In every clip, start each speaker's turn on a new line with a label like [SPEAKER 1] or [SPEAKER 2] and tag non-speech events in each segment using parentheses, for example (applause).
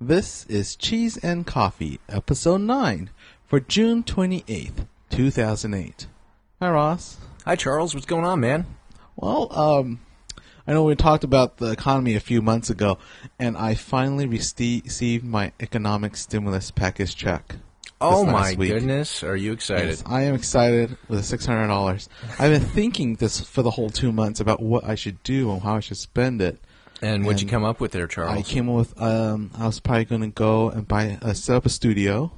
[SPEAKER 1] This is Cheese and Coffee, Episode 9, for June 28th, 2008. Hi, Ross.
[SPEAKER 2] Hi, Charles. What's going on, man?
[SPEAKER 1] Well, um, I know we talked about the economy a few months ago, and I finally rece- received my economic stimulus package check.
[SPEAKER 2] Oh
[SPEAKER 1] this
[SPEAKER 2] my
[SPEAKER 1] last week.
[SPEAKER 2] goodness, are you excited?
[SPEAKER 1] Yes, I am excited with the $600. I've been thinking this for the whole two months about what I should do and how I should spend it.
[SPEAKER 2] And what'd you
[SPEAKER 1] And
[SPEAKER 2] come up with there, Charles?
[SPEAKER 1] I came up with um, I was probably going to go and buy uh, set up a studio.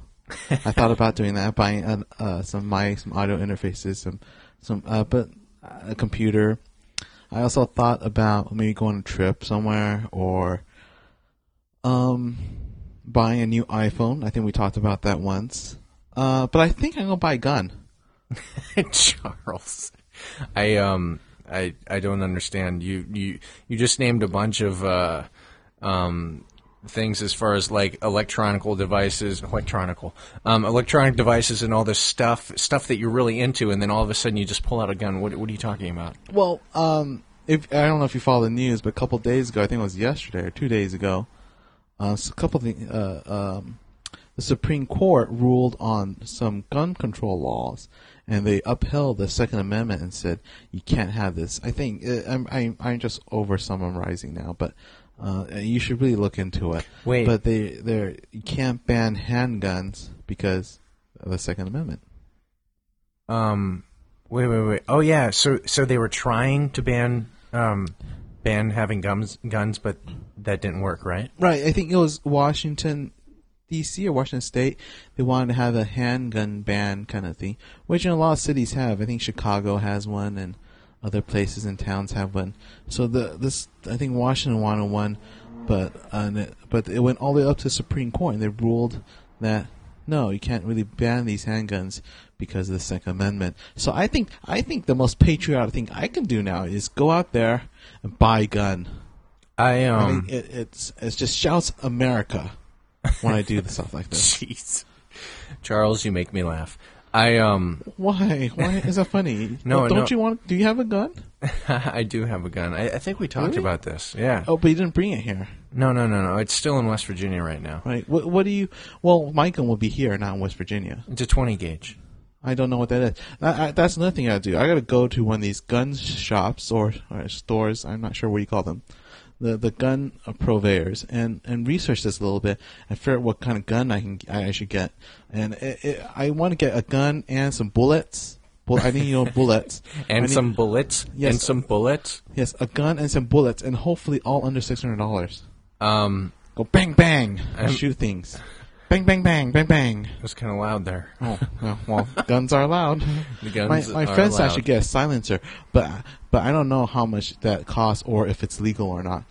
[SPEAKER 1] I thought about doing that, buying uh, uh, some mics, some audio interfaces, some some uh, but uh, a computer. I also thought about maybe going on a trip somewhere or um buying a new iPhone. I think we talked about that once. Uh, but I think I'm gonna buy a gun. (laughs)
[SPEAKER 2] Charles, I um, I I don't understand. You you you just named a bunch of uh, um, things as far as like electronical devices, (laughs) electronical, um, electronic devices, and all this stuff stuff that you're really into, and then all of a sudden you just pull out a gun. What what are you talking about?
[SPEAKER 1] Well, um, if I don't know if you follow the news, but a couple days ago, I think it was yesterday or two days ago, uh, s- a couple of the, uh, um, the Supreme Court ruled on some gun control laws, and they upheld the Second Amendment and said you can't have this. I think uh, I'm I'm, I'm just over summarizing now, but. Uh, you should really look into it.
[SPEAKER 2] Wait.
[SPEAKER 1] but they they you can't ban handguns because of the Second Amendment.
[SPEAKER 2] Um, wait, wait, wait. Oh yeah, so so they were trying to ban um, ban having guns guns, but that didn't work, right?
[SPEAKER 1] Right. I think it was Washington, D.C. or Washington State. They wanted to have a handgun ban kind of thing, which in a lot of cities have. I think Chicago has one, and other places and towns have one. So the this I think Washington wanted one, but uh, n- but it went all the way up to the Supreme Court, and they ruled that no, you can't really ban these handguns because of the Second Amendment. So I think I think the most patriotic thing I can do now is go out there and buy a gun.
[SPEAKER 2] I
[SPEAKER 1] I
[SPEAKER 2] um,
[SPEAKER 1] mean, it, it's it just shouts America when I do the stuff like this.
[SPEAKER 2] (laughs) jeez, Charles, you make me laugh. I um,
[SPEAKER 1] (laughs)
[SPEAKER 2] (laughs)
[SPEAKER 1] Why? Why is that funny?
[SPEAKER 2] No,
[SPEAKER 1] don't
[SPEAKER 2] no.
[SPEAKER 1] you want? Do you have a gun?
[SPEAKER 2] I do have a gun. I, I think we talked
[SPEAKER 1] Really?
[SPEAKER 2] about this. Yeah.
[SPEAKER 1] Oh, but you didn't bring it here,
[SPEAKER 2] No, no, no, no. It's still in West Virginia right now.
[SPEAKER 1] right? What, what do you? Well, my gun will be here, not in West Virginia.
[SPEAKER 2] It's a twenty gauge.
[SPEAKER 1] I don't know what that is. I, I, that's another thing I do. I gotta go to one of these gun shops or, or stores. I'm not sure what you call them, the the gun uh, purveyors, and and research this a little bit and figure out what kind of gun I can I, I should get. And it, it, I want to get a gun and some bullets. Well, I need you know bullets I
[SPEAKER 2] (laughs) And
[SPEAKER 1] need-
[SPEAKER 2] some bullets.
[SPEAKER 1] Yes.
[SPEAKER 2] And some bullets.
[SPEAKER 1] yes, a gun and some bullets, and hopefully all under six hundred dollars.
[SPEAKER 2] Um,
[SPEAKER 1] Go bang bang, and shoot things, bang bang bang bang bang.
[SPEAKER 2] it was kind of loud there.
[SPEAKER 1] Oh, well, well, guns are allowed.
[SPEAKER 2] (laughs) The guns
[SPEAKER 1] my my
[SPEAKER 2] are
[SPEAKER 1] friend said I
[SPEAKER 2] allowed.
[SPEAKER 1] should get a silencer, but but I don't know how much that costs or if it's legal or not.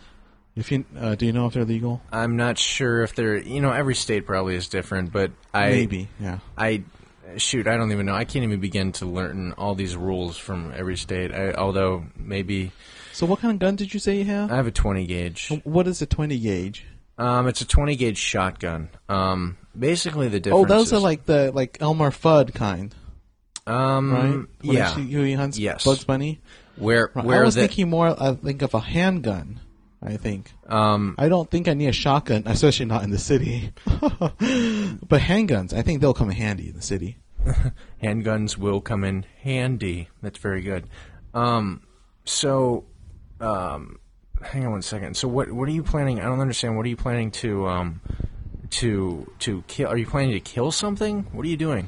[SPEAKER 1] If you uh, do you know if they're legal?
[SPEAKER 2] I'm not sure if they're. You know, every state probably is different, but I
[SPEAKER 1] Maybe, yeah.
[SPEAKER 2] I shoot, I don't even know. I can't even begin to learn all these rules from every state. I, although maybe
[SPEAKER 1] So what kind of gun did you say you have?
[SPEAKER 2] I have a 20 gauge.
[SPEAKER 1] what is a twenty gauge?
[SPEAKER 2] Um, it's a 20 gauge shotgun. Um, basically the
[SPEAKER 1] Oh,
[SPEAKER 2] difference.
[SPEAKER 1] those are
[SPEAKER 2] is-
[SPEAKER 1] like the like Elmer Fudd kind,
[SPEAKER 2] um,
[SPEAKER 1] right? When
[SPEAKER 2] yeah.
[SPEAKER 1] he, shoot- he hunts
[SPEAKER 2] Yes.
[SPEAKER 1] Bugs Bunny.
[SPEAKER 2] where
[SPEAKER 1] Right.
[SPEAKER 2] where
[SPEAKER 1] I was
[SPEAKER 2] the
[SPEAKER 1] thinking more. I think of a handgun. I think.
[SPEAKER 2] um
[SPEAKER 1] I don't think I need a shotgun, especially not in the city. (laughs) but handguns, I think they'll come in handy in the city.
[SPEAKER 2] handguns will come in handy. That's very good. Um, so um, hang on one second. So what what are you planning? I don't understand. What are you planning to um to to kill? Are you planning to kill something? What are you doing?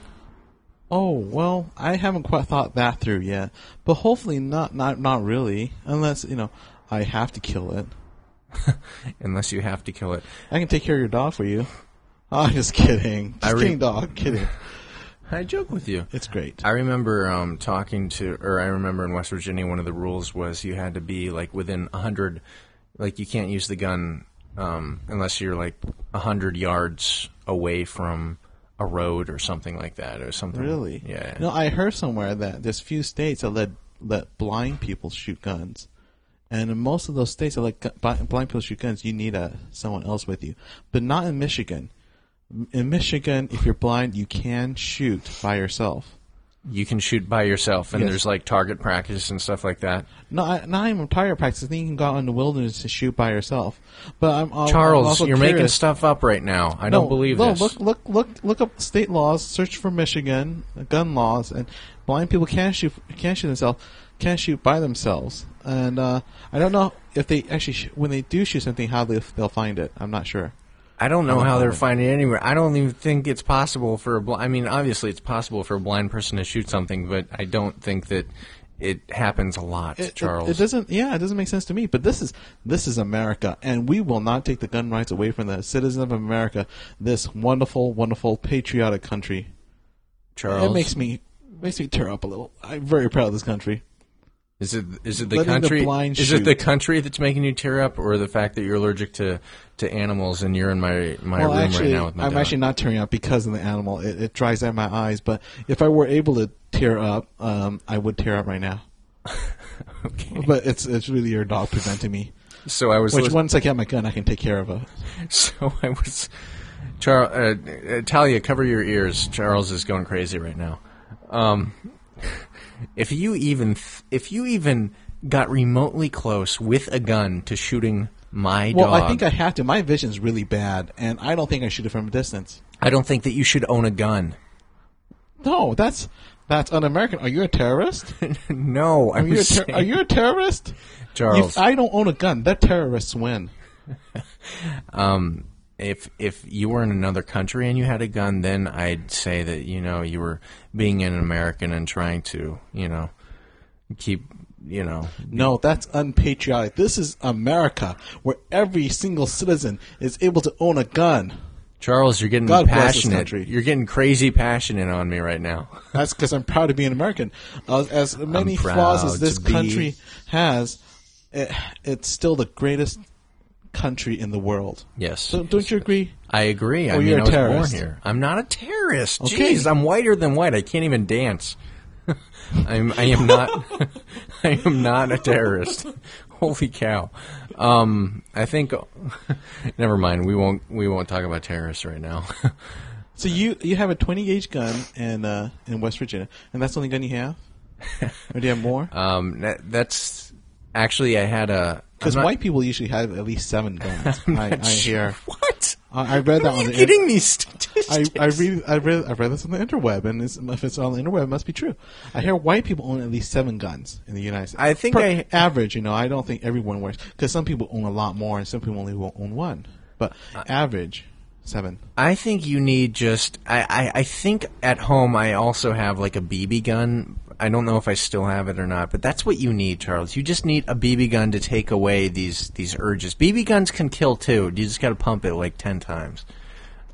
[SPEAKER 1] Oh well, I haven't quite thought that through yet. But hopefully not, not, not really. Unless you know, I have to kill it.
[SPEAKER 2] Unless you have to kill it.
[SPEAKER 1] I can take care of your dog for you. (laughs) I'm just kidding. Just
[SPEAKER 2] re-
[SPEAKER 1] kidding, dog. (laughs) Kidding.
[SPEAKER 2] I joke with you.
[SPEAKER 1] It's great.
[SPEAKER 2] I remember um, talking to, or I remember in West Virginia, one of the rules was you had to be like within a hundred, like you can't use the gun um, unless you're like a hundred yards away from a road or something like that, or something.
[SPEAKER 1] Really?
[SPEAKER 2] Yeah.
[SPEAKER 1] No, I heard somewhere that there's few states that let let blind people shoot guns, and in most of those states that let gu- bi- blind people shoot guns, you need a someone else with you, but not in Michigan. M- In Michigan, if you're blind, you can shoot by yourself.
[SPEAKER 2] you can shoot by yourself, and
[SPEAKER 1] Yes.
[SPEAKER 2] there's like target practice and stuff like that.
[SPEAKER 1] No, I, not even tire practice. I think you can go out in the wilderness to shoot by yourself. But Oh, I'm al- I'm
[SPEAKER 2] Charles,
[SPEAKER 1] also
[SPEAKER 2] you're making
[SPEAKER 1] curious-
[SPEAKER 2] stuff up right now. I
[SPEAKER 1] No,
[SPEAKER 2] don't believe
[SPEAKER 1] no,
[SPEAKER 2] this.
[SPEAKER 1] Look, look, look, look up state laws. Search for Michigan uh, gun laws, and blind people can shoot can shoot themselves, can shoot by themselves. And uh, I don't know if they actually sh- when they do shoot something, how they, they'll find it. I'm not sure.
[SPEAKER 2] I don't know
[SPEAKER 1] don't
[SPEAKER 2] how
[SPEAKER 1] know.
[SPEAKER 2] they're finding it anywhere. I don't even think it's possible for a blind. I mean, obviously, it's possible for a blind person to shoot something, but I don't think that it happens a lot,
[SPEAKER 1] It- it-
[SPEAKER 2] Charles.
[SPEAKER 1] It, doesn't. Yeah, it doesn't make sense to me. But this is this is America, and we will not take the gun rights away from the citizens of America. This wonderful, wonderful, patriotic country.
[SPEAKER 2] Charles,
[SPEAKER 1] It makes me makes me tear up a little. I'm very proud of this country.
[SPEAKER 2] is it is it the
[SPEAKER 1] letting the
[SPEAKER 2] country?
[SPEAKER 1] blind
[SPEAKER 2] is it the
[SPEAKER 1] shoot.
[SPEAKER 2] country that's making you tear up, or the fact that you're allergic to, to animals and you're in my my
[SPEAKER 1] well,
[SPEAKER 2] room
[SPEAKER 1] actually,
[SPEAKER 2] right now with my
[SPEAKER 1] I'm
[SPEAKER 2] dog?
[SPEAKER 1] actually not tearing up because of the animal. It, it dries out my eyes. But if I were able to tear up, um, I would tear up right now.
[SPEAKER 2] (laughs) Okay.
[SPEAKER 1] But it's it's really your dog preventing me.
[SPEAKER 2] So I was
[SPEAKER 1] Which
[SPEAKER 2] lis-
[SPEAKER 1] once I get my gun, I can take care of it.
[SPEAKER 2] (laughs) So I was, Charles, uh, uh, Talia, cover your ears. Charles is going crazy right now. Um, (laughs) if you even, th- if you even got remotely close with a gun to shooting my
[SPEAKER 1] Well,
[SPEAKER 2] dog,
[SPEAKER 1] I think I have to. My vision's really bad, and I don't think I shoot it from a distance.
[SPEAKER 2] I don't think that you should own a gun. (laughs)
[SPEAKER 1] No, that's that's un-American. Are you a
[SPEAKER 2] (laughs)
[SPEAKER 1] terrorist?
[SPEAKER 2] no, I
[SPEAKER 1] Are you a,
[SPEAKER 2] was
[SPEAKER 1] Oh, ter-
[SPEAKER 2] saying,
[SPEAKER 1] are you a terrorist?
[SPEAKER 2] Charles.
[SPEAKER 1] If I don't own a gun, that terrorists win.
[SPEAKER 2] um, if if you were in another country and you had a gun, then I'd say that you know you were being an American and trying to you know keep you know
[SPEAKER 1] No, that's unpatriotic. This is America, where every single citizen is able to own a gun.
[SPEAKER 2] Charles, you're getting
[SPEAKER 1] God bless this
[SPEAKER 2] passionate.
[SPEAKER 1] country.
[SPEAKER 2] You're getting crazy passionate on me right now. (laughs)
[SPEAKER 1] That's because I'm proud of being American. As, as many
[SPEAKER 2] proud
[SPEAKER 1] flaws as this
[SPEAKER 2] to be-
[SPEAKER 1] country has, it, it's still the greatest country in the world.
[SPEAKER 2] Yes.
[SPEAKER 1] So, don't you agree?
[SPEAKER 2] I agree. I
[SPEAKER 1] Well,
[SPEAKER 2] mean,
[SPEAKER 1] you're a
[SPEAKER 2] I was
[SPEAKER 1] terrorist.
[SPEAKER 2] born here. I'm not a terrorist.
[SPEAKER 1] Okay.
[SPEAKER 2] Jeez, I'm whiter than white. I can't even dance. (laughs) I'm. I am not. (laughs) I am not a terrorist. (laughs) Holy cow! Um, I think. (laughs) Never mind. We won't. We won't talk about terrorists right now. (laughs)
[SPEAKER 1] So you you have a 20 gauge gun in uh, in West Virginia, and that's the only gun you have. Or do you have more?
[SPEAKER 2] um, that, that's actually. I had a.
[SPEAKER 1] Because
[SPEAKER 2] (laughs) I'm not-
[SPEAKER 1] white people usually have at least seven
[SPEAKER 2] (laughs)
[SPEAKER 1] guns. I, I hear.
[SPEAKER 2] What?
[SPEAKER 1] I, I read that
[SPEAKER 2] Are
[SPEAKER 1] on
[SPEAKER 2] you
[SPEAKER 1] the
[SPEAKER 2] getting these statistics?
[SPEAKER 1] I, I read I read I read this on the interweb, and it's, if it's on the interweb, it must be true. I hear white people own at least seven guns in the United States.
[SPEAKER 2] I think
[SPEAKER 1] Per-
[SPEAKER 2] I-
[SPEAKER 1] average, you know, I don't think everyone wears because some people own a lot more, and some people only will own one. But
[SPEAKER 2] Uh,
[SPEAKER 1] average, seven.
[SPEAKER 2] I think you need just. I, I, I think at home I also have like a BB gun. I don't know if I still have it or not, but that's what you need, Charles. You just need a BB gun to take away these these urges. BB guns can kill too. You just got to pump it like ten times,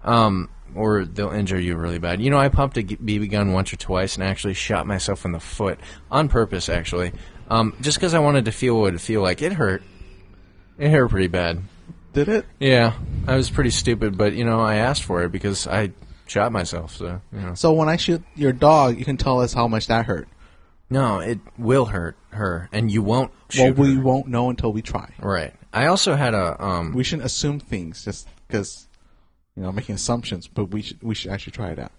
[SPEAKER 2] um, or they'll injure you really bad. You know, I pumped a g- BB gun once or twice and actually shot myself in the foot on purpose, actually, um, just because I wanted to feel what it feel like. It hurt. It hurt pretty bad.
[SPEAKER 1] Did it?
[SPEAKER 2] Yeah, I was pretty stupid, but you know, I asked for it because I shot myself. So you know,
[SPEAKER 1] So when I shoot your dog, you can tell us how much that hurt.
[SPEAKER 2] no, it will hurt her, and you won't.
[SPEAKER 1] Well,
[SPEAKER 2] Shoot
[SPEAKER 1] we
[SPEAKER 2] her.
[SPEAKER 1] won't know until we try.
[SPEAKER 2] right. I also had a um.
[SPEAKER 1] We shouldn't assume things just because you know making assumptions, but we should we should actually try it out.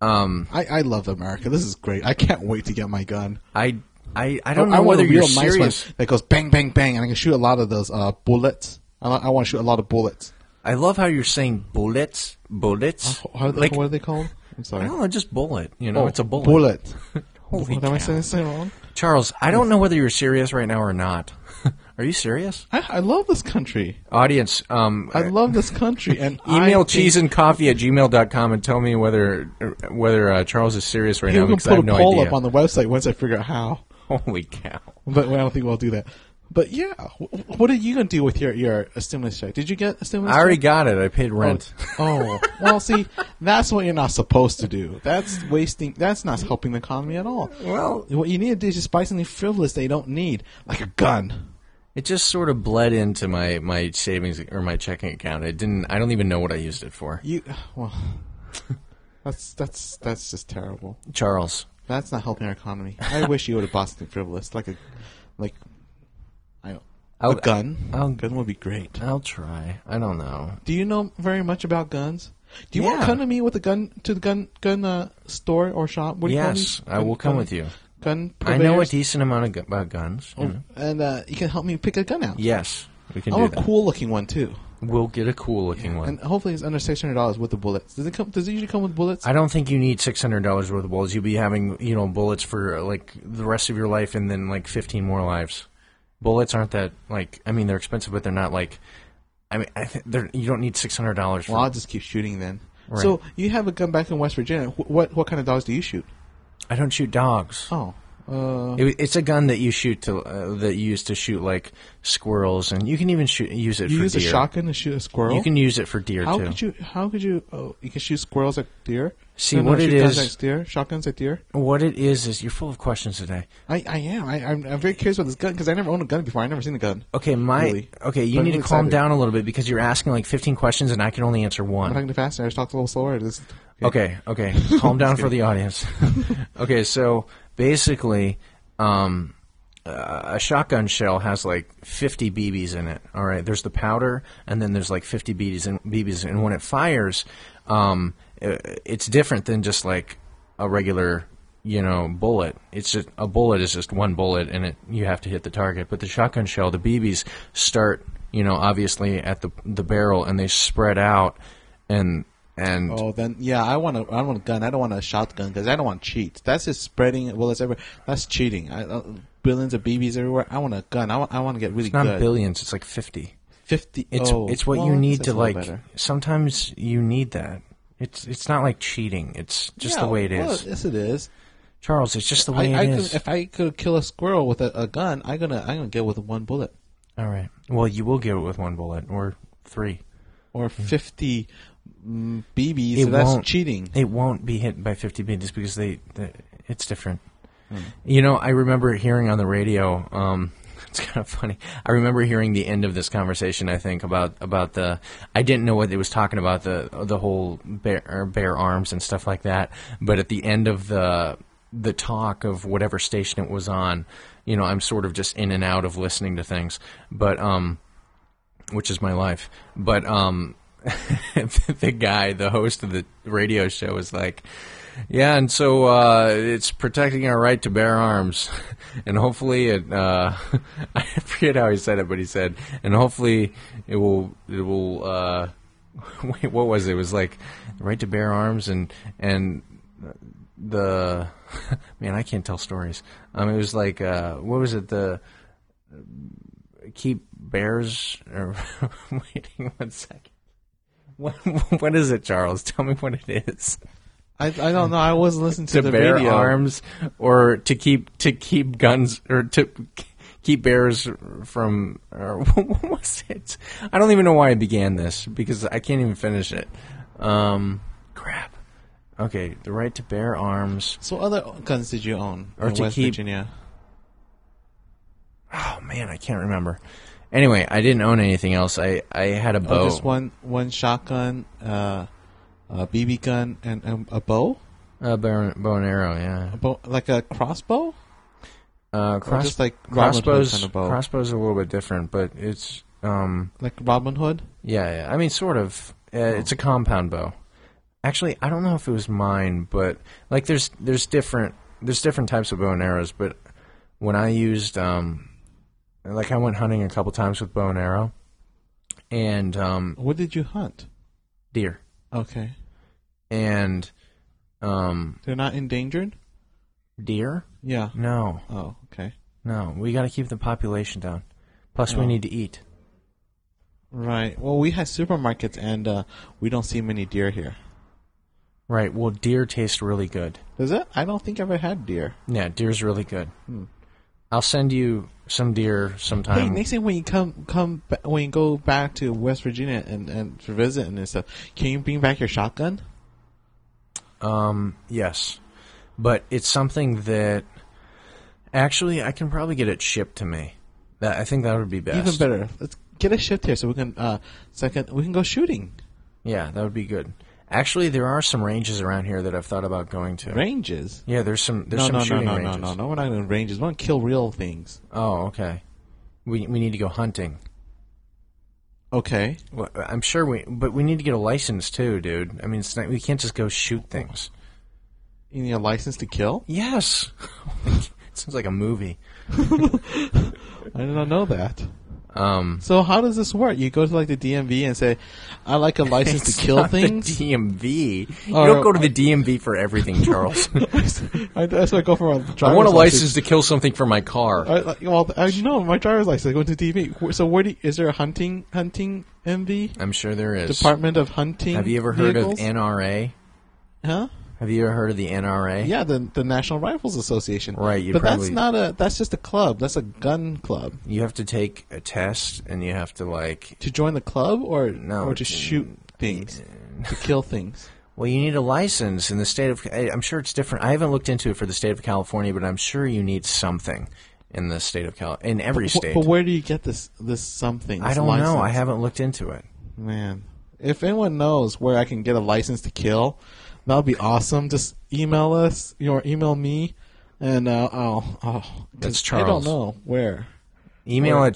[SPEAKER 2] Um,
[SPEAKER 1] I, I love America. This is great. I can't wait to get my gun.
[SPEAKER 2] I I I don't
[SPEAKER 1] I
[SPEAKER 2] know
[SPEAKER 1] want
[SPEAKER 2] whether
[SPEAKER 1] a
[SPEAKER 2] you're
[SPEAKER 1] real nice one
[SPEAKER 2] serious.
[SPEAKER 1] that goes bang, bang, bang, and I can shoot a lot of those uh, bullets. I, li- I want to shoot a lot of bullets.
[SPEAKER 2] I love how you're saying bullets, bullets.
[SPEAKER 1] Oh, How,
[SPEAKER 2] like
[SPEAKER 1] what are they called? I'm
[SPEAKER 2] I
[SPEAKER 1] sorry.
[SPEAKER 2] don't know, just bullet. You know, it's a bullet.
[SPEAKER 1] Oh, (laughs) Bullet.
[SPEAKER 2] Holy
[SPEAKER 1] what am I
[SPEAKER 2] cow.
[SPEAKER 1] saying, saying wrong?
[SPEAKER 2] Charles, I don't know whether you're serious right now or not. (laughs) Are you serious,
[SPEAKER 1] I, I love this country.
[SPEAKER 2] audience? Um,
[SPEAKER 1] I love this country. And
[SPEAKER 2] (laughs) Email
[SPEAKER 1] I
[SPEAKER 2] cheese
[SPEAKER 1] think
[SPEAKER 2] and coffee at gmail.com and tell me whether whether uh, Charles is serious right
[SPEAKER 1] Maybe
[SPEAKER 2] now
[SPEAKER 1] we can
[SPEAKER 2] because I
[SPEAKER 1] put a
[SPEAKER 2] have no
[SPEAKER 1] poll
[SPEAKER 2] idea.
[SPEAKER 1] up on the website once I figure out how.
[SPEAKER 2] (laughs) Holy cow!
[SPEAKER 1] But well, I don't think we'll do that. But yeah, wh- what are you going to do with your, your uh, stimulus check? Did you get a stimulus
[SPEAKER 2] I already
[SPEAKER 1] check?
[SPEAKER 2] got it. I paid (laughs) rent.
[SPEAKER 1] Oh, well, see, that's what you're not supposed to do. That's wasting, that's not helping the economy at all.
[SPEAKER 2] Well,
[SPEAKER 1] What you need to do is just buy something frivolous they don't need, like a gun.
[SPEAKER 2] it just sort of bled into my my savings or my checking account. It didn't. I don't even know what I used it for.
[SPEAKER 1] You well, (laughs) that's that's that's just terrible.
[SPEAKER 2] Charles,
[SPEAKER 1] That's not helping our economy. I wish you would have bought something frivolous, like a like I don't, a
[SPEAKER 2] I'll-
[SPEAKER 1] gun.
[SPEAKER 2] I'll-
[SPEAKER 1] gun would be great.
[SPEAKER 2] I'll try. I don't know.
[SPEAKER 1] Do you know very much about guns? Do you want
[SPEAKER 2] Yeah.
[SPEAKER 1] to come to me with a gun to the gun gun uh, store or shop? What do you call
[SPEAKER 2] Yes,
[SPEAKER 1] these?
[SPEAKER 2] I
[SPEAKER 1] Gun-
[SPEAKER 2] will come
[SPEAKER 1] gun-
[SPEAKER 2] with you.
[SPEAKER 1] Gun.
[SPEAKER 2] I know a
[SPEAKER 1] purveyors?
[SPEAKER 2] decent amount of gu- about guns. you know.
[SPEAKER 1] And uh, you can help me pick a gun out.
[SPEAKER 2] Yes, we can
[SPEAKER 1] I want
[SPEAKER 2] do
[SPEAKER 1] Oh, a
[SPEAKER 2] that.
[SPEAKER 1] cool looking one too,
[SPEAKER 2] We'll get a cool looking one.
[SPEAKER 1] and hopefully it's under six hundred dollars with the bullets. Does it come? Does it usually come with bullets?
[SPEAKER 2] I don't think you need six hundred dollars worth of bullets. You'll be having you know bullets for like the rest of your life, and then like fifteen more lives. Bullets aren't that like I mean they're expensive, but they're not like I mean I th- they're you don't need six hundred dollars.
[SPEAKER 1] well,
[SPEAKER 2] for
[SPEAKER 1] I'll just keep shooting then.
[SPEAKER 2] Right.
[SPEAKER 1] So you have a gun back in West Virginia. Wh- what what kind of dogs do you shoot?
[SPEAKER 2] I don't shoot dogs.
[SPEAKER 1] Oh, uh,
[SPEAKER 2] It, it's a gun that you shoot to uh, that you use to shoot like squirrels, and you can even shoot use it
[SPEAKER 1] you
[SPEAKER 2] for
[SPEAKER 1] use
[SPEAKER 2] deer.
[SPEAKER 1] a shotgun to shoot a squirrel.
[SPEAKER 2] You can use it for deer
[SPEAKER 1] how
[SPEAKER 2] too.
[SPEAKER 1] could you? How could you? Oh, you can shoot squirrels at deer.
[SPEAKER 2] See,
[SPEAKER 1] No, no,
[SPEAKER 2] what it
[SPEAKER 1] shoot guns
[SPEAKER 2] is-
[SPEAKER 1] at deer, shotguns at deer.
[SPEAKER 2] what it is is you're full of questions today.
[SPEAKER 1] I, I am. I, I'm, I'm very curious about this gun because I never owned a gun before. I never seen a gun.
[SPEAKER 2] Okay, my
[SPEAKER 1] Really.
[SPEAKER 2] okay, you
[SPEAKER 1] But I'm
[SPEAKER 2] need to
[SPEAKER 1] really
[SPEAKER 2] calm
[SPEAKER 1] excited.
[SPEAKER 2] down a little bit because you're asking like 15 questions and I can only answer one.
[SPEAKER 1] I'm talking too fast. I just talked a little slower. Just,
[SPEAKER 2] Okay, okay. Calm down for the audience. (laughs) okay, so basically, um, uh, a shotgun shell has like 50 BBs in it. All right, there's the powder, and then there's like 50 BBs. And, BBs, and when it fires, um, i it's different than just like a regular, you know, bullet. It's just, a bullet is just one bullet, and it you have to hit the target. But the shotgun shell, the BBs start, you know, obviously at the the barrel, and they spread out, and and
[SPEAKER 1] Oh, then yeah, I want a I want a gun. I don't want a shotgun because I don't want cheats. That's just spreading bullets everywhere. That's cheating. I, uh, billions of BBs everywhere. I want a gun. I want I want to get really
[SPEAKER 2] not
[SPEAKER 1] good.
[SPEAKER 2] billions. It's like fifty.
[SPEAKER 1] Fifty.
[SPEAKER 2] It's
[SPEAKER 1] oh,
[SPEAKER 2] it's what
[SPEAKER 1] well,
[SPEAKER 2] you
[SPEAKER 1] I guess
[SPEAKER 2] need
[SPEAKER 1] that's
[SPEAKER 2] to
[SPEAKER 1] a little
[SPEAKER 2] like.
[SPEAKER 1] better.
[SPEAKER 2] Sometimes you need that. It's it's not like cheating. It's just the
[SPEAKER 1] Yeah,
[SPEAKER 2] way it is,
[SPEAKER 1] well, yes, it is.
[SPEAKER 2] Charles. It's just the
[SPEAKER 1] I,
[SPEAKER 2] way
[SPEAKER 1] I
[SPEAKER 2] it
[SPEAKER 1] could,
[SPEAKER 2] is.
[SPEAKER 1] if I could kill a squirrel with a, a gun, I'm gonna I'm gonna get with one bullet
[SPEAKER 2] All right. Well, you will get it with one bullet or three.
[SPEAKER 1] or fifty mm, BBs.
[SPEAKER 2] It
[SPEAKER 1] so that's
[SPEAKER 2] won't.
[SPEAKER 1] cheating.
[SPEAKER 2] It won't be hit by fifty beans because they, they it's different.
[SPEAKER 1] Hmm.
[SPEAKER 2] You know, I remember hearing on the radio. Um, (laughs) it's kind of funny. I remember hearing the end of this conversation. I think about about the. I didn't know what it was talking about the the whole bear or bear arms and stuff like that. But at the end of the the talk of whatever station it was on, you know, I'm sort of just in and out of listening to things. But um, which is my life. But um, (laughs) the guy, the host of the radio show, was like, "Yeah, and so uh, it's protecting our right to bear arms, (laughs) and hopefully it." Uh, (laughs) I forget how he said it, but he said, "And hopefully it will it will." Uh, (laughs) wait, what was it? It was like the right to bear arms and and the (laughs) man. I can't tell stories. Um, it was like uh, what was it the keep bears or (laughs) waiting one second. What, what is it, Charles? Tell me what it is.
[SPEAKER 1] I, I don't know. I wasn't listening to,
[SPEAKER 2] To
[SPEAKER 1] the
[SPEAKER 2] bear
[SPEAKER 1] radio.
[SPEAKER 2] arms, or to keep to keep guns, or to keep bears from. Or (laughs) what was it? I don't even know why I began this because I can't even finish it. Um, crap. Okay, the right to bear arms.
[SPEAKER 1] So, what other guns did you own
[SPEAKER 2] Or
[SPEAKER 1] in
[SPEAKER 2] to
[SPEAKER 1] West
[SPEAKER 2] keep-
[SPEAKER 1] Virginia?
[SPEAKER 2] Oh man, I can't remember. Anyway, I didn't own anything else. I I had a bow.
[SPEAKER 1] Oh, just one one shotgun, uh, a BB gun, and um, a bow,
[SPEAKER 2] A bow, bow and arrow. Yeah.
[SPEAKER 1] a bow like a crossbow.
[SPEAKER 2] Uh, cross,
[SPEAKER 1] just like Robin Hood
[SPEAKER 2] crossbows.
[SPEAKER 1] kind of bow.
[SPEAKER 2] Crossbows are a little bit different, but it's um,
[SPEAKER 1] like Robin Hood.
[SPEAKER 2] yeah, yeah. I mean, sort of. Uh,
[SPEAKER 1] Hmm.
[SPEAKER 2] It's a compound bow. Actually, I don't know if it was mine, but like, there's there's different there's different types of bow and arrows. But when I used um, like I went hunting a couple times with bow and arrow, and um,
[SPEAKER 1] What did you hunt?
[SPEAKER 2] deer,
[SPEAKER 1] Okay,
[SPEAKER 2] and um,
[SPEAKER 1] they're not endangered.
[SPEAKER 2] deer.
[SPEAKER 1] Yeah.
[SPEAKER 2] No,
[SPEAKER 1] Oh, okay.
[SPEAKER 2] no. We got to keep the population down. Plus, we
[SPEAKER 1] No.
[SPEAKER 2] need to eat.
[SPEAKER 1] Right. Well, we have supermarkets, and uh, we don't see many deer here.
[SPEAKER 2] Right. Well, deer taste really good.
[SPEAKER 1] Does it? I don't think I've ever had deer.
[SPEAKER 2] Yeah, deer's really good.
[SPEAKER 1] Hmm.
[SPEAKER 2] I'll send you some deer
[SPEAKER 1] Hey,
[SPEAKER 2] sometime.
[SPEAKER 1] next thing when you come come ba- when you go back to West Virginia and and for visiting and stuff, can you bring back your shotgun?
[SPEAKER 2] um, yes, but it's something that actually I can probably get it shipped to me. That I think that would be best.
[SPEAKER 1] Even better. Let's get a shift here so we can uh second we can go shooting
[SPEAKER 2] Yeah, that would be good. Actually, there are some ranges around here that I've thought about going to.
[SPEAKER 1] ranges.
[SPEAKER 2] Yeah, there's some there's
[SPEAKER 1] No,
[SPEAKER 2] some
[SPEAKER 1] no, no,
[SPEAKER 2] shooting
[SPEAKER 1] no, no,
[SPEAKER 2] ranges.
[SPEAKER 1] no, no. We're not doing ranges. We want to kill real things.
[SPEAKER 2] Oh, okay. We we need to go hunting.
[SPEAKER 1] Okay.
[SPEAKER 2] Well, I'm sure we, but we need to get a license too, dude. I mean, it's not, we can't just go shoot things.
[SPEAKER 1] You need a license to kill?
[SPEAKER 2] Yes, (laughs) it sounds like a movie.
[SPEAKER 1] I did not know that.
[SPEAKER 2] Um,
[SPEAKER 1] So how does this work? You go to like the DMV and say, "I
[SPEAKER 2] (laughs)
[SPEAKER 1] like a license to kill
[SPEAKER 2] not the
[SPEAKER 1] things."
[SPEAKER 2] DMV. You
[SPEAKER 1] Or-
[SPEAKER 2] don't go to the DMV for (laughs) everything, Charles.
[SPEAKER 1] (laughs) I, that's what I go for my driver's
[SPEAKER 2] I want a
[SPEAKER 1] license.
[SPEAKER 2] license to kill something for my car.
[SPEAKER 1] I, like, well, I know my driver's license. I go to DMV. Wh- So where do you, is there a hunting hunting MV
[SPEAKER 2] I'm sure there is.
[SPEAKER 1] Department of Hunting?
[SPEAKER 2] Have you ever heard
[SPEAKER 1] vehicles?
[SPEAKER 2] of NRA?
[SPEAKER 1] Huh?
[SPEAKER 2] Have you ever heard of the NRA?
[SPEAKER 1] Yeah, the the National Rifles Association.
[SPEAKER 2] Right, you
[SPEAKER 1] but
[SPEAKER 2] probably-
[SPEAKER 1] that's not a. That's just a club. That's a gun club.
[SPEAKER 2] You have to take a test, and you have to like.
[SPEAKER 1] To join the club or
[SPEAKER 2] No,
[SPEAKER 1] or to
[SPEAKER 2] it's-
[SPEAKER 1] shoot things, to kill
[SPEAKER 2] (laughs)
[SPEAKER 1] things.
[SPEAKER 2] Well, you need a license in the state of. I- I'm sure it's different. I haven't looked into it for the state of California, but I'm sure you need something in the state of Cal. In every
[SPEAKER 1] Wh-
[SPEAKER 2] state.
[SPEAKER 1] But where do you get this this something?
[SPEAKER 2] I
[SPEAKER 1] this
[SPEAKER 2] don't know. I
[SPEAKER 1] license?
[SPEAKER 2] haven't looked into it.
[SPEAKER 1] Man, if anyone knows where I can get a license to kill, that would be awesome. Just email us, you know, or email me, and uh, I'll. Oh,
[SPEAKER 2] That's
[SPEAKER 1] I don't
[SPEAKER 2] Charles.
[SPEAKER 1] know where.
[SPEAKER 2] Email at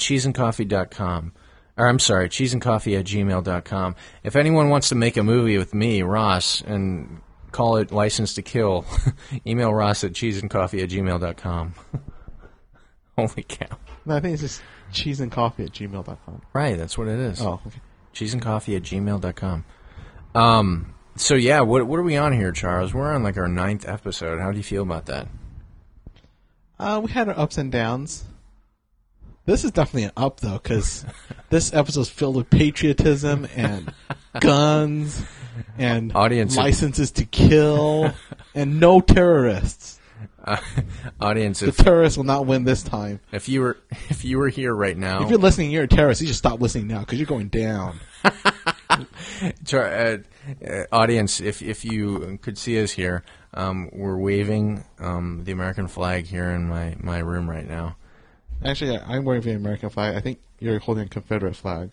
[SPEAKER 2] cheeseandcoffee.com. Or I'm sorry, cheeseandcoffee at gmail.com. If anyone wants to make a movie with me, Ross, and call it License to Kill, (laughs) email Ross at cheeseandcoffee at gmail.com. (laughs) Holy cow.
[SPEAKER 1] No, I think it's just cheese and coffee at gmail.com.
[SPEAKER 2] Right, that's what it is.
[SPEAKER 1] Oh, okay.
[SPEAKER 2] Cheeseandcoffee at gmail.com. Um, so, yeah, what, what are we on here, Charles? We're on like our ninth episode. How do you feel about that? (laughs)
[SPEAKER 1] Uh, we had our ups and downs. This is definitely an up though,
[SPEAKER 2] (laughs)
[SPEAKER 1] because this episode's filled with patriotism and guns and
[SPEAKER 2] Audience-
[SPEAKER 1] licenses to kill and no terrorists.
[SPEAKER 2] Uh, audience,
[SPEAKER 1] The
[SPEAKER 2] if,
[SPEAKER 1] terrorists will not win this time.
[SPEAKER 2] if you were (laughs) if you were here right now,
[SPEAKER 1] If you're listening, you're a terrorist. You should stop listening now because you're going down.
[SPEAKER 2] to our, uh, uh, audience, if if you could see us here, um, we're waving um, the American flag here in my, my room right now.
[SPEAKER 1] Actually, I- I'm wearing the American flag. I think you're holding a Confederate flag.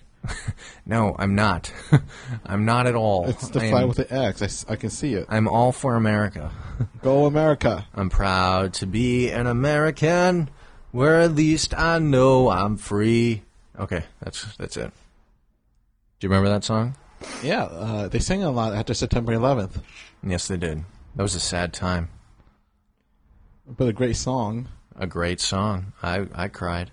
[SPEAKER 2] No, I'm not. (laughs) I'm not at all.
[SPEAKER 1] It's the
[SPEAKER 2] I am-
[SPEAKER 1] flag with the X. I s- I can see it.
[SPEAKER 2] I'm all for America.
[SPEAKER 1] Go America.
[SPEAKER 2] I'm proud to be an American, where at least I know I'm free. Okay, that's that's it. Do you remember that song?
[SPEAKER 1] Yeah, uh, they sing a lot after September 11th,
[SPEAKER 2] Yes, they did. That was a sad time.
[SPEAKER 1] but a great song.
[SPEAKER 2] a great song. I I cried.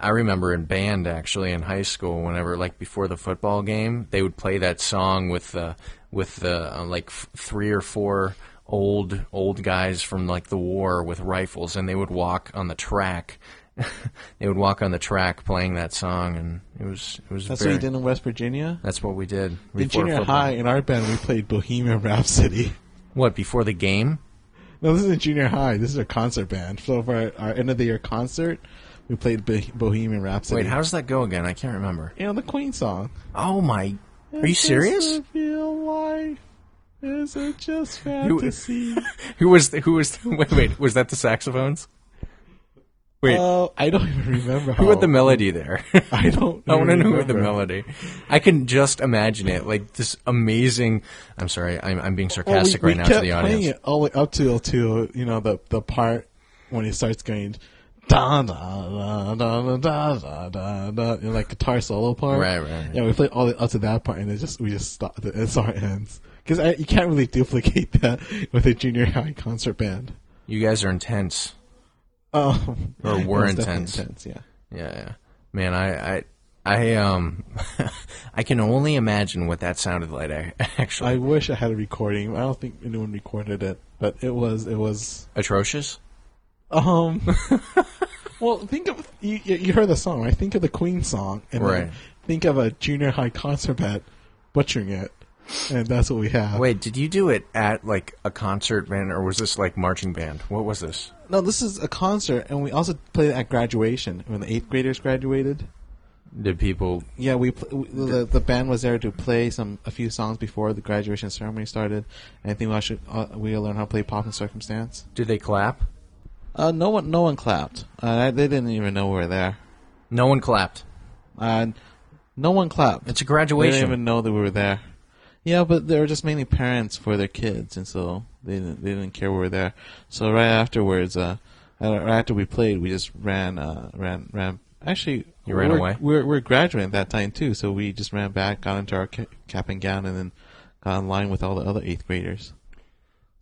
[SPEAKER 2] I remember in band actually in high school whenever like before the football game they would play that song with the with the uh, like f- three or four old old guys from like the war with rifles and they would walk on the track (laughs) they would walk on the track playing that song and it was it was
[SPEAKER 1] That's
[SPEAKER 2] very,
[SPEAKER 1] what we did in West Virginia.
[SPEAKER 2] that's what we did
[SPEAKER 1] In
[SPEAKER 2] before
[SPEAKER 1] junior
[SPEAKER 2] football.
[SPEAKER 1] high, in our band, we played Bohemian Rhapsody. (laughs)
[SPEAKER 2] what before the game
[SPEAKER 1] No, this is in junior high. This is our concert band. So for our, our end of the year concert, we played Bo- Bohemian Rhapsody.
[SPEAKER 2] wait how does that go again I can't remember
[SPEAKER 1] You know the Queen song.
[SPEAKER 2] oh my are
[SPEAKER 1] Is
[SPEAKER 2] you
[SPEAKER 1] this
[SPEAKER 2] serious
[SPEAKER 1] the real life? Is it just fantasy?
[SPEAKER 2] Who was the, who was the, (laughs) wait wait was that the saxophones? (laughs) Wait,
[SPEAKER 1] Uh, I don't even remember. How,
[SPEAKER 2] who had the melody there? (laughs)
[SPEAKER 1] I don't.
[SPEAKER 2] I want to
[SPEAKER 1] even
[SPEAKER 2] know who had the
[SPEAKER 1] remember.
[SPEAKER 2] melody. I can just imagine it, like this amazing. I'm sorry, I'm, I'm being
[SPEAKER 1] Well, we,
[SPEAKER 2] sarcastic
[SPEAKER 1] we
[SPEAKER 2] right now
[SPEAKER 1] kept
[SPEAKER 2] to the
[SPEAKER 1] playing
[SPEAKER 2] audience.
[SPEAKER 1] it all the way up till to you know the the part when it starts going da da da da da da da da, da you know, like guitar solo part.
[SPEAKER 2] Right, right, right.
[SPEAKER 1] Yeah, we played all the way up to that part, and it just we just stopped. It. It's our ends because you can't really duplicate that (laughs) with a junior high concert band. (laughs)
[SPEAKER 2] You guys are intense.
[SPEAKER 1] Um,
[SPEAKER 2] Or
[SPEAKER 1] it
[SPEAKER 2] were
[SPEAKER 1] was definitely
[SPEAKER 2] intense.
[SPEAKER 1] intense. Yeah.
[SPEAKER 2] Yeah, yeah. man, I I I um (laughs) I can only imagine what that sounded like. I- (laughs) Actually,
[SPEAKER 1] I wish I had a recording. I don't think anyone recorded it, but it was it was
[SPEAKER 2] atrocious.
[SPEAKER 1] (laughs) um. well, think of you, you you heard the song, right? Think of the Queen song, and then
[SPEAKER 2] Right.
[SPEAKER 1] think of a junior high concert band butchering it, and that's what we have.
[SPEAKER 2] Wait, did you do it at like a concert band, or was this like marching band? What was this?
[SPEAKER 1] No, this is a concert, and we also played it at graduation when the eighth graders graduated.
[SPEAKER 2] Did people?
[SPEAKER 1] Yeah, we pl- we- the the band was there to play some a few songs before the graduation ceremony started, and I think we all should uh, we all learn how to play "Pop and Circumstance."
[SPEAKER 2] Did they clap?
[SPEAKER 1] Uh, no one, no one clapped. Uh, they didn't even know we were there.
[SPEAKER 2] No one clapped.
[SPEAKER 1] Uh, no one clapped.
[SPEAKER 2] It's a
[SPEAKER 1] They
[SPEAKER 2] graduation.
[SPEAKER 1] didn't even know that we were there. Yeah, but they were just mainly parents for their kids, and so they didn't, they didn't care we were there. So right afterwards, uh, uh, right after we played, we just ran, uh, ran, ran. Actually,
[SPEAKER 2] You ran
[SPEAKER 1] we're,
[SPEAKER 2] away?
[SPEAKER 1] We're we're graduating at that time too, so we just ran back, got into our ca- cap and gown, and then got in line with all the other eighth graders.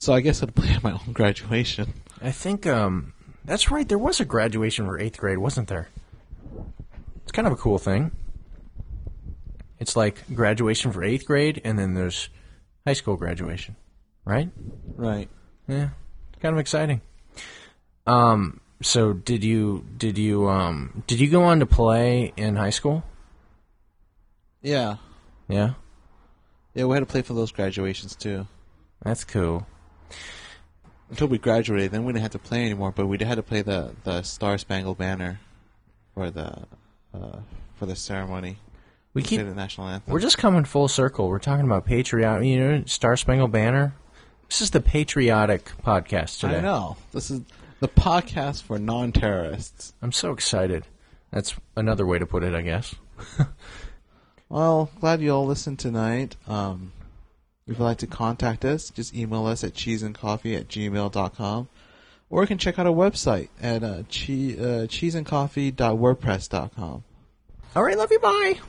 [SPEAKER 1] So I guess (laughs) I'd plan my own graduation.
[SPEAKER 2] I think um, that's right. There was a graduation for eighth grade, wasn't there? It's kind of a cool thing. It's like graduation for eighth grade, and then there's high school graduation, right?
[SPEAKER 1] Right.
[SPEAKER 2] Yeah, kind of exciting. Um, so did you did you um did you go on to play in high school?
[SPEAKER 1] Yeah.
[SPEAKER 2] Yeah,
[SPEAKER 1] Yeah, we had to play for those graduations too.
[SPEAKER 2] that's cool.
[SPEAKER 1] Until we graduated, then we didn't have to play anymore. But we had to play the the Star Spangled Banner for the uh, for the ceremony.
[SPEAKER 2] We
[SPEAKER 1] Play
[SPEAKER 2] keep
[SPEAKER 1] the national anthem.
[SPEAKER 2] We're just coming full circle. We're talking about patriotic, you know, Star Spangled Banner. This is the patriotic podcast today.
[SPEAKER 1] I know this is the podcast for non-terrorists.
[SPEAKER 2] I'm so excited. That's another way to put it, I guess.
[SPEAKER 1] Well, glad you all listened tonight. Um, if you'd like to contact us, just email us at cheeseandcoffee at gmail.com. Or you can check out our website at uh, che- uh, cheeseandcoffee.wordpress.com.
[SPEAKER 2] All right, love you. Bye.